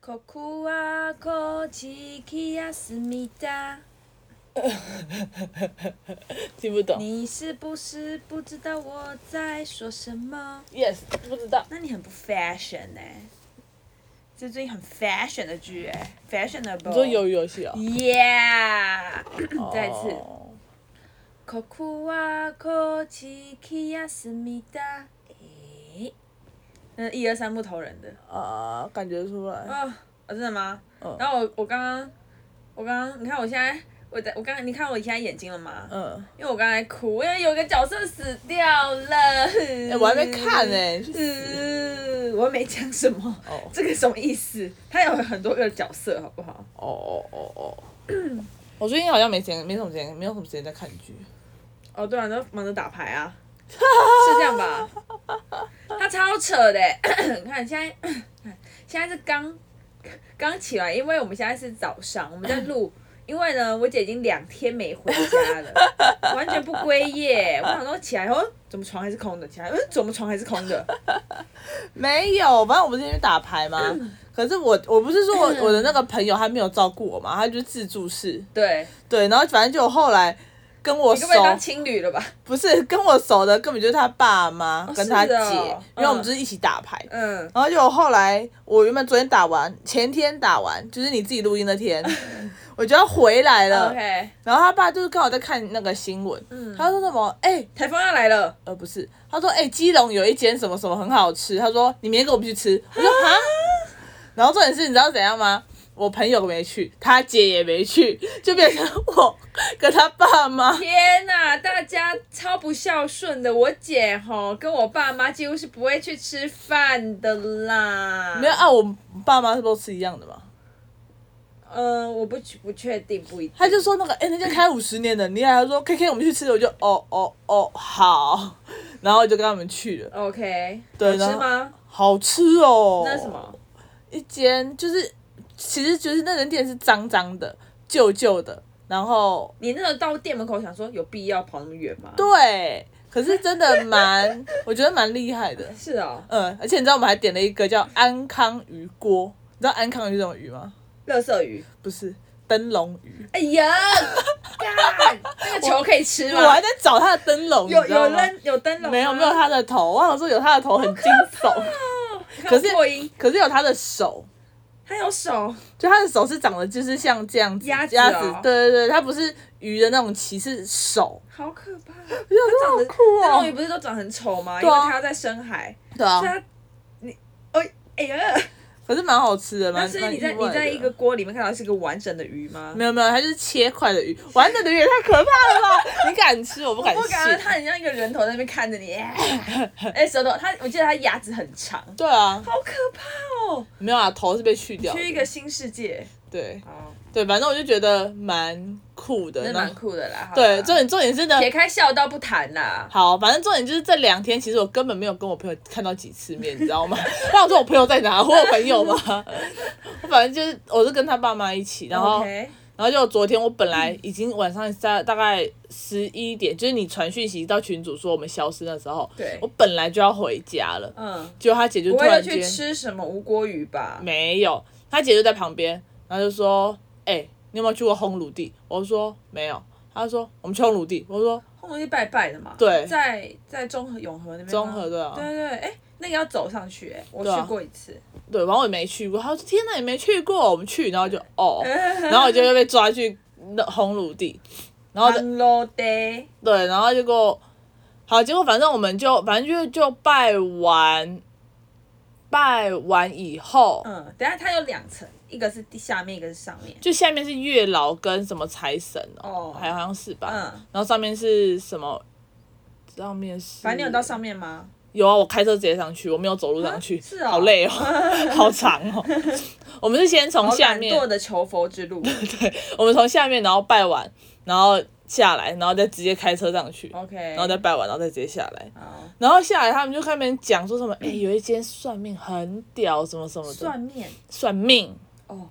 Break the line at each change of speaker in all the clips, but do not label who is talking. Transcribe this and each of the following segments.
ここはこちきやすみだ。
听不懂。
你是不是不知道我在说什么？
Yes，不知道。
那你很不 fashion 呢、这最近很 fashion 的剧哎、fashionable。
你说鱿鱼游戏哦。
Yeah，再一次。
哦
ここはこちきやすみだ。诶，那一二三木头人的。
啊，感觉出来。
啊、哦，真的吗？
嗯
然后我我刚刚，我刚刚，你看我现在，我在我刚刚，你看我现在眼睛了吗？
嗯。
因为我刚才哭，因为有个角色死掉了。哎、
哎，我还没看 呢。去死
嗯，我没讲什么。
哦
这个什么意思？他有很多个角色，好不好？
哦哦哦哦。
嗯
我最近好像没时间，没什么时间，没有什么时间在看剧。
哦，对啊，你都忙着打牌 啊，是这样吧？他超扯的 欸，你看现在， 现在是刚刚起来，因为我们现在是早上，我们在 录，因为呢，我姐已经两天没回家了，完全不归夜。我想说起来哦，怎么床还是空的？起来，嗯，怎么床还是空的？
没有，反正我不是因为打牌吗？
嗯
可是我我不是说我我的那个朋友他没有照顾我嘛，他就是自助式，
对，
对，然后反正就后来跟我
你
熟
根，本当情侣了吧？
不是跟我熟的根本就是他爸妈、跟他
是
姐，
哦
因为我们就是一起打牌，
嗯，
然后就后来，我原本昨天打完，前天打完，就是你自己录音那天，我就要回来了。
OK，
然后他爸就是刚好在看那个新闻，他说什么？哎、
台风要来了，
呃，不是，他说哎、基隆有一间什么什么很好吃，他说你明天跟我们去吃。我说啊。然后重点是，你知道怎样吗？我朋友没去，他姐也没去，就变成我跟他爸妈。
天哪，大家超不孝顺的。我姐吼跟我爸妈几乎是不会去吃饭的啦。
没有啊，我爸妈是都吃一样的嘛。
嗯，我不确不确定，不一定。
他就说那个，哎、那家开五十年的，你还说 K K 我们去吃，我就哦哦哦好，然后我就跟他们去了，
OK，
对
好
然
吃
后
吗？
好吃哦。
那是什？么？
一间就是，其实就是那间店是脏脏的、旧旧的，然后
你那时候到店门口想说有必要跑那么远吗？
对，可是真的蛮， 我觉得蛮厉害的。
是哦，
嗯，而且你知道我们还点了一个叫安康鱼锅，你知道安康鱼是什么鱼吗？
乐色鱼。
不是灯笼鱼，
哎呀， 干那个球可以吃
我还
吗？
在找它的灯笼，
有
你知道
有
吗
灯有灯笼
没有
吗
没有，他的头，我想说有他的头很惊悚，
看
可是
破音，
可是有他的手，
它有手，
就他的手是长得就是像这样子
鸭子哦
对对对，它不是鱼的那种鳍，是手，
好可怕。
我想说好酷
灯笼鱼
哦，
不是都长很丑吗？因
对
为
啊
它要在深海，
对
所以
啊，
它你哦哎呀，
可是蛮好吃的，
那
蛮
所以
蛮
你
意外
在你
的
在一个锅里面看到是一个完整的鱼吗？
没有没有，它就是切块的鱼，完整的鱼也太可怕了吧？ 你敢吃，我不敢
我感觉
信。
他很像一个人头在那边看着你， 哎，舌头，他我记得他牙齿很长，
对啊，
好可怕哦，
没有啊，头是被去掉的。
去一个新世界，
对
哦，
对，反正我就觉得蛮酷的。
那
然
蛮
后
酷的啊啦。好啦
对，重点重点是呢，
撇开孝道不谈啦，
好，反正重点就是这两天，其实我根本没有跟我朋友看到几次面，你知道吗？ 那我说我朋友在哪？我有朋友吗？ 我反正就是我是跟他爸妈一起，然后
OK，
然后就昨天我本来已经晚上大大概十一点，就是你传讯息到群主说我们消失那时候，
对
我本来就要回家了，
嗯，
结果他姐就
不
突
会又
然
去
间
吃什么无锅鱼吧？
没有，他姐就在旁边，然后就说：“哎、你有没有去过烘炉地？”我说：“没有。”他说：“我们去烘炉地。”我说
后面去拜拜的嘛，
对
在在中和永和那边吗，
中和对啊
对对，哎，那个要走上去，哎，我
对啊
去过一次，：“
对。”然后我也没去过。他说：“天哪，你没去过？我们去。”然后就 哦，然后我就又被抓去那烘炉地，然后
Hello Day，
对，然后结果好，结果反正我们就反正就就拜完，拜完以后，
嗯，等一下它有两层，一个是地下面，一个是上面，
就下面是月老跟什么财神
哦
哦，还好像是吧，
嗯
然后上面是什么？上面是，
反正你有到上面吗？
有啊，我开车直接上去，我没有走路上去，
啊是哦
好累 哦，好长哦。我们是先从
好
嗯下
懒
面，
惰的求佛之路。
我们从下面然后拜完，然后下来，然后再直接开车上去，
OK，
然后再拜完，然后再直接下来。
好
然后下来，他们就开始讲说 什么，哎、有一间算命很屌，什么什么的，
算面
算命，
哦，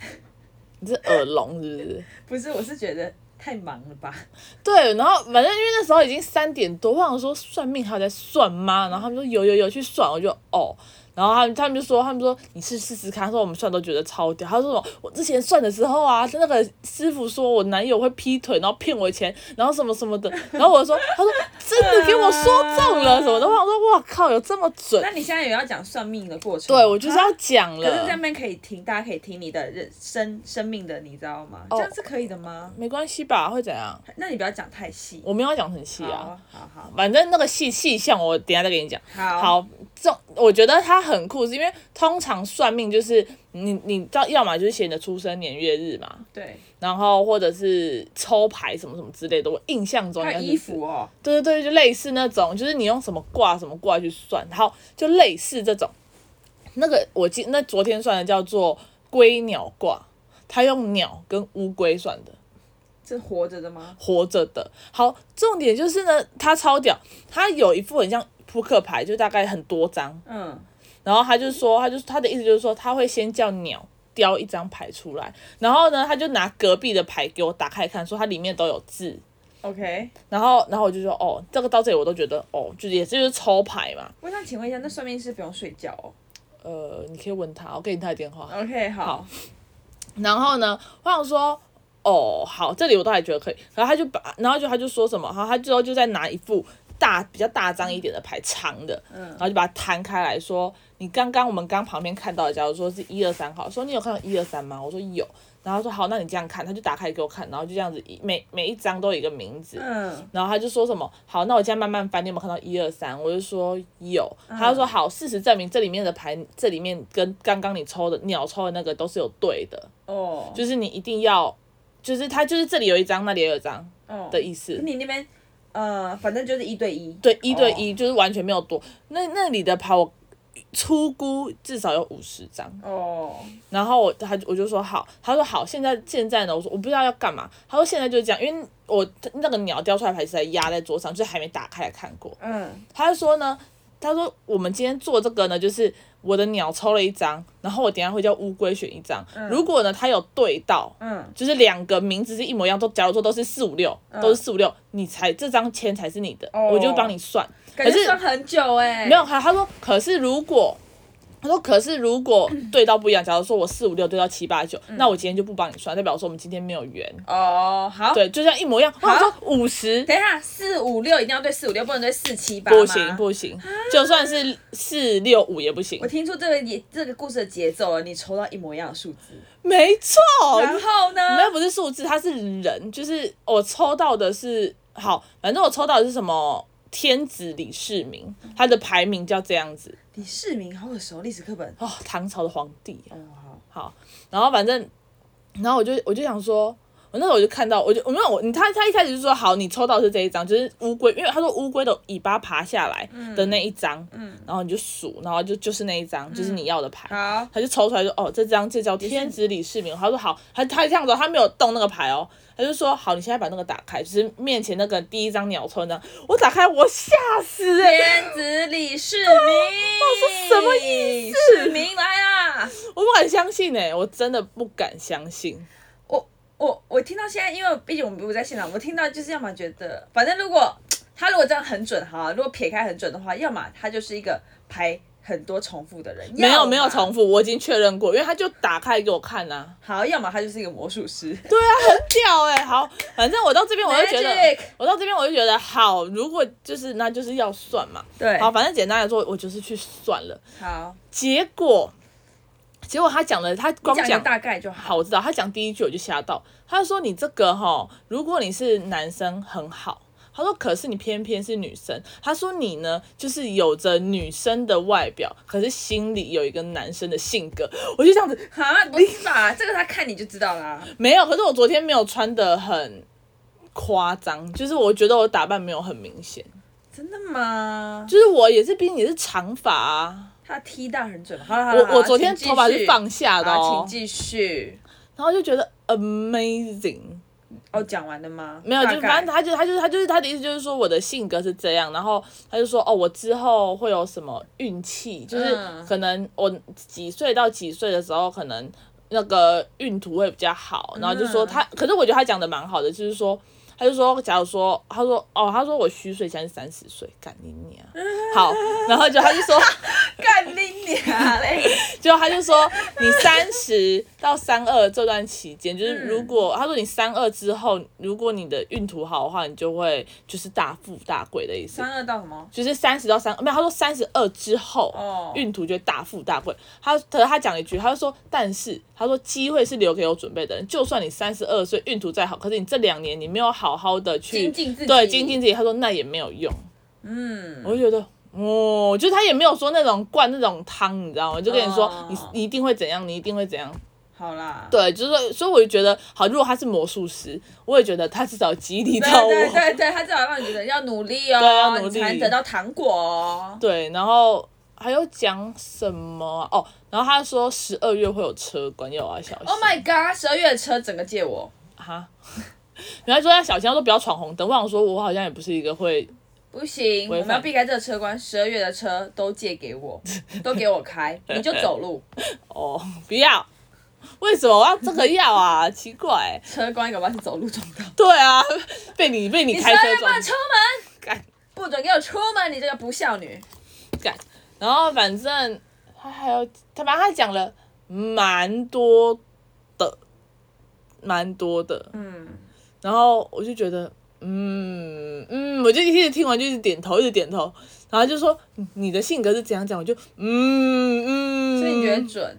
你是耳聋是不是？
不是，我是觉得太忙了吧？
对，然后反正因为那时候已经三点多，我想说算命还有在算吗？然后他们说有有有去算，我就哦，然后他们他们就说，他们说你去试试看。他说我们算都觉得超屌。他说什么我之前算的时候啊，那个师傅说我男友会劈腿，然后骗我钱，然后什么什么的。然后我说，他说真的给我说中了什么的。我想说，哇靠，有这么准？
那你现在有要讲算命的过程吗？
对，我就是要讲
可是
了
这。边可以听，大家可以听你的人生生命的，你知道吗？
哦
这样是可以的吗？
没关系吧？会怎样？
那你不要讲太细。
我没有要讲很细啊
好。好好
反正那个细细项我等一下再给你讲。
好
好，这种我觉得它很酷，是因为通常算命就是你你知道，要么就是写你的出生年月日嘛，
对，
然后或者是抽牌什么什么之类的。我印象中应
还
该
有
是
衣服哦，
对对对，就类似那种，就是你用什么卦什么卦去算，然后就类似这种。那个我今那昨天算的叫做龟鸟卦，它用鸟跟乌龟算的。
是活着的吗？
活着的。好，重点就是呢，他超屌，他有一副很像扑克牌，就大概很多张，
嗯，
然后他就说，他就他的意思就是说，他会先叫鸟叼一张牌出来，然后呢，他就拿隔壁的牌给我打开看，说它里面都有字。
OK，
然后，然后我就说，哦，这个到这里我都觉得，哦，就是也是就是抽牌嘛。
我想请问一下，那算命师不用睡觉哦
呃，你可以问他，我给你他的电话。
？OK，好
好，然后呢，我想说，哦，好，这里我倒还觉得可以。然后他就把，然后就他就说什么，然后他最后就再拿一副大比较大张一点的牌，长的，然后就把它摊开来说，你刚刚我们刚旁边看到的，假如说是一二三号，说你有看到一二三吗？我说有。然后他说好，那你这样看，他就打开给我看，然后就这样子一每每一张都有一个名字，
嗯，
然后他就说什么好，那我现在慢慢翻，你有没有看到一二三？我就说有，他就说好，事实证明这里面的牌，这里面跟刚刚你抽的鸟抽的那个都是有对的，
哦，
就是你一定要，就是他就是这里有一张，那里也有一张
哦
的意思。
你那边呃，反正就是一对一，
对，一对一、就是完全没有多。那那里的牌我出估至少有五十张，
哦，
然后我他我就说好，他说好，现在现在呢，我说我不知道要干嘛，他说现在就这样，因为我那个鸟叼出来的牌是在压在桌上，就是还没打开来看过。
嗯，
他就说呢，他说我们今天做这个呢，就是我的鸟抽了一张，然后我等一下会叫乌龟选一张，如果呢它有对到，
嗯，
就是两个名字是一模一样，都假如说都是四五六，都是四五六，你才这张签才是你的，
哦
我就帮你算。
感
可
觉
是
算很久哎，
没有，他他说，可是如果他说，可是如果对到不一样，假如说我四五六对到七八九，
嗯
那我今天就不帮你算，代表我说我们今天没有缘。
哦，好，
对，就这样一模一样。他说五十
等一下，四五六一定要对四五六，不能对四七八。
不行不行，就算是四六五也不行
我。听出这个也这个故事的节奏了，你抽到一模一样的数字，
没错，
然后呢？
那不是数字，它是人，就是我抽到的是好，反正我抽到的是什么天子李世民，他的排名叫这样子
李世民好耳熟，历史课本。
哦，唐朝的皇帝啊、
哦，好，
好，然后反正，然后我就我就想说，我那时候我就看到，我就我没有我你他他一开始就说好，你抽到的是这一张，就是乌龟，因为他说乌龟的尾巴爬下来的那一张，然后你就数，然后就就是那一张，就是你要的牌。
好，
他就抽出来就哦，这张这叫天子李世民。他说好，他他这样子哦，他没有动那个牌哦，他就说好，你现在把那个打开，就是面前那个第一张鸟抽那张，我打开我吓死哎、
天子李世 民，我
说哦什么意思
世民来啦！
我不敢相信哎、我真的不敢相信。
我我我听到现在，因为毕竟我们不在现场，我听到就是要么觉得，反正如果他如果这样很准哈，如果撇开很准的话，要么他就是一个牌很多重复的人，
没
要啊
有
么
没有重复，我已经确认过，因为他就打开给我看呐、啊，
好，要么他就是一个魔术师。
对啊，很屌哎、好，反正我到这边我就觉得
Magic，
我到这边我就觉得好，如果就是那就是要算嘛，
对，
好，反正简单来说，我就是去算了，
好，
结果结果他讲的他光
讲一个大概就
好，
好。
我知道。他讲第一句我就吓到，他说你这个哈，如果你是男生很好，他说可是你偏偏是女生，他说你呢就是有着女生的外表，可是心里有一个男生的性格。我就这样子
啊，不是吧？这个他看你就知道啦。
没有，可是我昨天没有穿的很夸张，就是我觉得我打扮没有很明显，
真的吗？
就是我也是毕竟也是长发啊，
他踢到很准。好了好了，
我我昨天头发是放
下
下的哦
请，继续。
然后就觉得 amazing。
哦，讲完了吗？
没有，
大
就
概
反正他就他就是他就是他的意思就是说我的性格是这样，然后他就说哦，我之后会有什么运气，就是
嗯
可能我几岁到几岁的时候，可
嗯
能那个运途会比较好，然后就说他，可是我觉得他讲的蛮好的，就是说他就说，假如说，他说，哦，他说我虚岁现在是三十岁，干你娘！好，然后就他就说，
干你娘嘞！
结果他就说，你三十到三二这段期间，就是如果、他说你三二之后，如果你的运途好的话，你就会就是大富大贵的意思。
三二到什么？
就是三十到三，没有，他说三十二之后
哦，
运途就会大富大贵。他可是他讲了一句，他就说，但是他说机会是留给有准备的人，就算你三十二岁运途再好，可是你这两年你没有好好的去
精进自己
对精进自己，他说那也没有用。
嗯，
我就觉得。哦，就是他也没有说那种灌那种汤，你知道吗？就跟你说、
哦
你你一定会怎样，你一定会怎样。
好啦。
对，就是说所以我就觉得，好，如果他是魔术师，我也觉得他至少激励
对
到我。
对对对，他至少让你觉得要努力哦，
对要努力
你才能得到糖果哦。
对，然后还有讲什么啊、哦？然后他说十二月会有车管，要我要小心。
Oh my god！十二月的车整个借我，
哈，然后他说要小心，他说不要闯红灯。我想说，我好像也不是一个会，
不行，我
违
们
反
要避开这个车关。十二月的车都借给 我，都给我开，你就走路。
哦，不要。为什么我要这个要啊？奇怪、
车关搞不好是走路撞到。
对啊，被你被你
你十
开
二
车
月不
撞
能出门，
干
不准给我出门，你这个不孝女。
干。然后反正他还有他反正他讲了蛮多的，蛮多的。
嗯，
然后我就觉得，嗯嗯，我就一直听完就一直点头，一直点头，然后他就说嗯你的性格是怎样讲，我就嗯嗯，
所以你觉得准？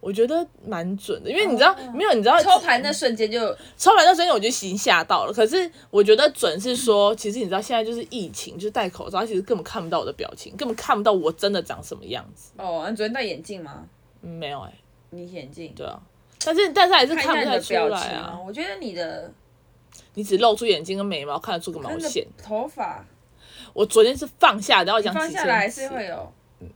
我觉得蛮准的，因为你知道、没有，你知道
抽盘那瞬间就
抽完那瞬间我就已经吓到了，可是我觉得准是说，其实你知道现在就是疫情，就是戴口罩，他其实根本看不到我的表情，根本看不到我真的长什么样子，
哦，你昨天戴眼镜吗？
嗯没有哎、
你眼镜，
对啊。但是，但是还是
看一下
看不
你
太
的
出
表
来
情啊。
啊！
我觉得你的
你只露出眼睛跟眉毛，看得出个毛
那
线
个。头发
我昨天是放下，然后讲
放
几
下
千
来是
次
会有。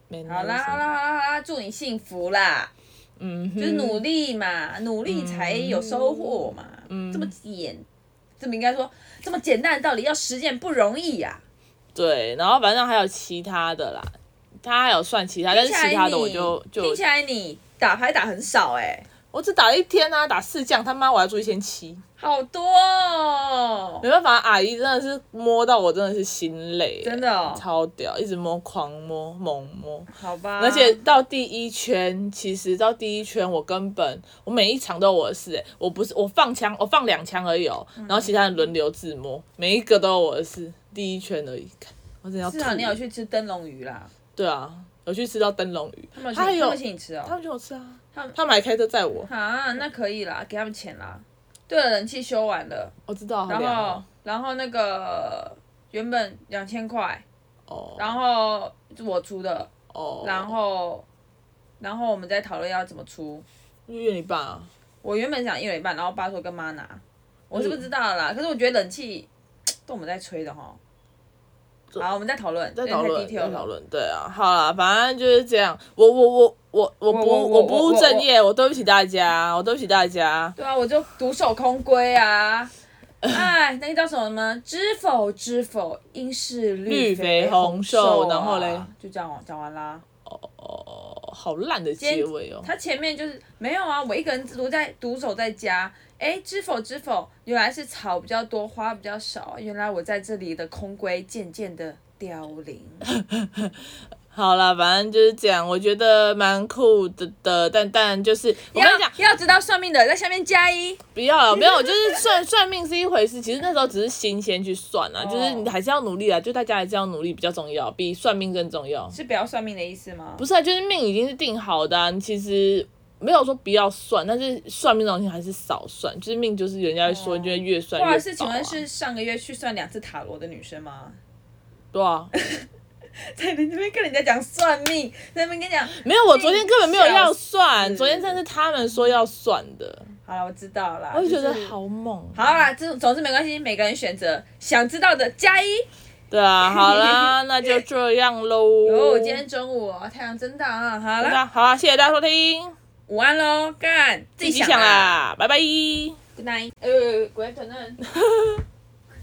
没那
好啦
个什
好
么
啦好啦好啦，祝你幸福啦！
嗯哼，
就是努力嘛，努力才有收获嘛。
嗯
这么简，这么应该说这么简单的道理，要实践不容易呀、
对，然后反正还有其他的啦，他还有算其他，但是
听起来
其他的我就
你
就
听起来你打牌打很少哎、
我只打了一天啊，打四将，他妈我要做一千七，
好多哦。
没办法，阿姨真的是摸到我真的是心累欸，
真的哦
超屌，一直摸，狂摸，猛摸。
好吧，
而且到第一圈，其实到第一圈，我根本我每一场都有我的事、欸，我不是我放枪，我放两枪而已哦、
嗯
然后其他人轮流自摸，每一个都有我的事，第一圈而已，看我真的要吐
至少啊你有去吃灯笼鱼啦，
对啊，有去吃到灯笼鱼，
他们请
还
他
有
们请你吃
他
哦，
们请我吃啊，
他们
他们还开车载我，
啊，那可以啦，给他们钱啦。对了，人气修完了，
我知道，好
然
凉
后
哦
然后那个原本两千块，
哦，
然后是我出的，
哦，
然后然后我们再讨论要怎么出。
就约你爸啊，
我原本想一人一半，然后爸说跟妈拿，我是不知道啦。
嗯
可是我觉得冷气都我们在吹的哈。好，我们再讨论，
在讨
有
论，
点太 detail
在
了
讨。论，对啊，好啦，反正就是这样，我我我我我不
我
我
我
不务
我
正业，我对不起大家，我对不起大家，
对啊，我就独守空闺啊。 哎，那个叫什么呢？知否知否，应是
绿肥
肥
红
瘦、啊
瘦然后嘞，
就这样哦讲完啦。
哦，好烂的结尾哦，
他前面就是没有啊，我一个人独在独守在家。哎，知否知否，原来是草比较多，花比较少。原来我在这里的空闺渐渐的凋 零。
好啦，反正就是这样，我觉得蛮酷的的，但但就是我跟你讲，
要要知道算命的在下面加一。
不要了，没有，就是算算命是一回事，其 实那时候只是新鲜去算
哦
啊，就是你还是要努力啊，就大家还是要努力比较重要，比算命更重要。
是不要算命的意思吗？
不是啊，就是命已经是定好的、啊，你其实没有说不要算，但是算命这种东西还是少算，就是命就是人家说，就是越算越
不
薄、啊。
好意思，请问是上个月去算两次塔罗的女生吗？
对啊，
在你那边跟人家讲算命，在那边跟你讲。
没有，我昨天根本没有要算，
笑死
昨天真的是他们说要算的，
好了，我知道了。
我就觉得
是。
好猛。啊
好啦，这种总之没关系，每个人选择想知道的加一。
对啊，好啦，那就这样喽。
哦，今天中午哦太阳真大啊！好啦，
那好啦，谢谢大家收听，
午安喽，干自啊
自己想啊
啦。
啦，拜拜。
Good night。呃，鬼可能。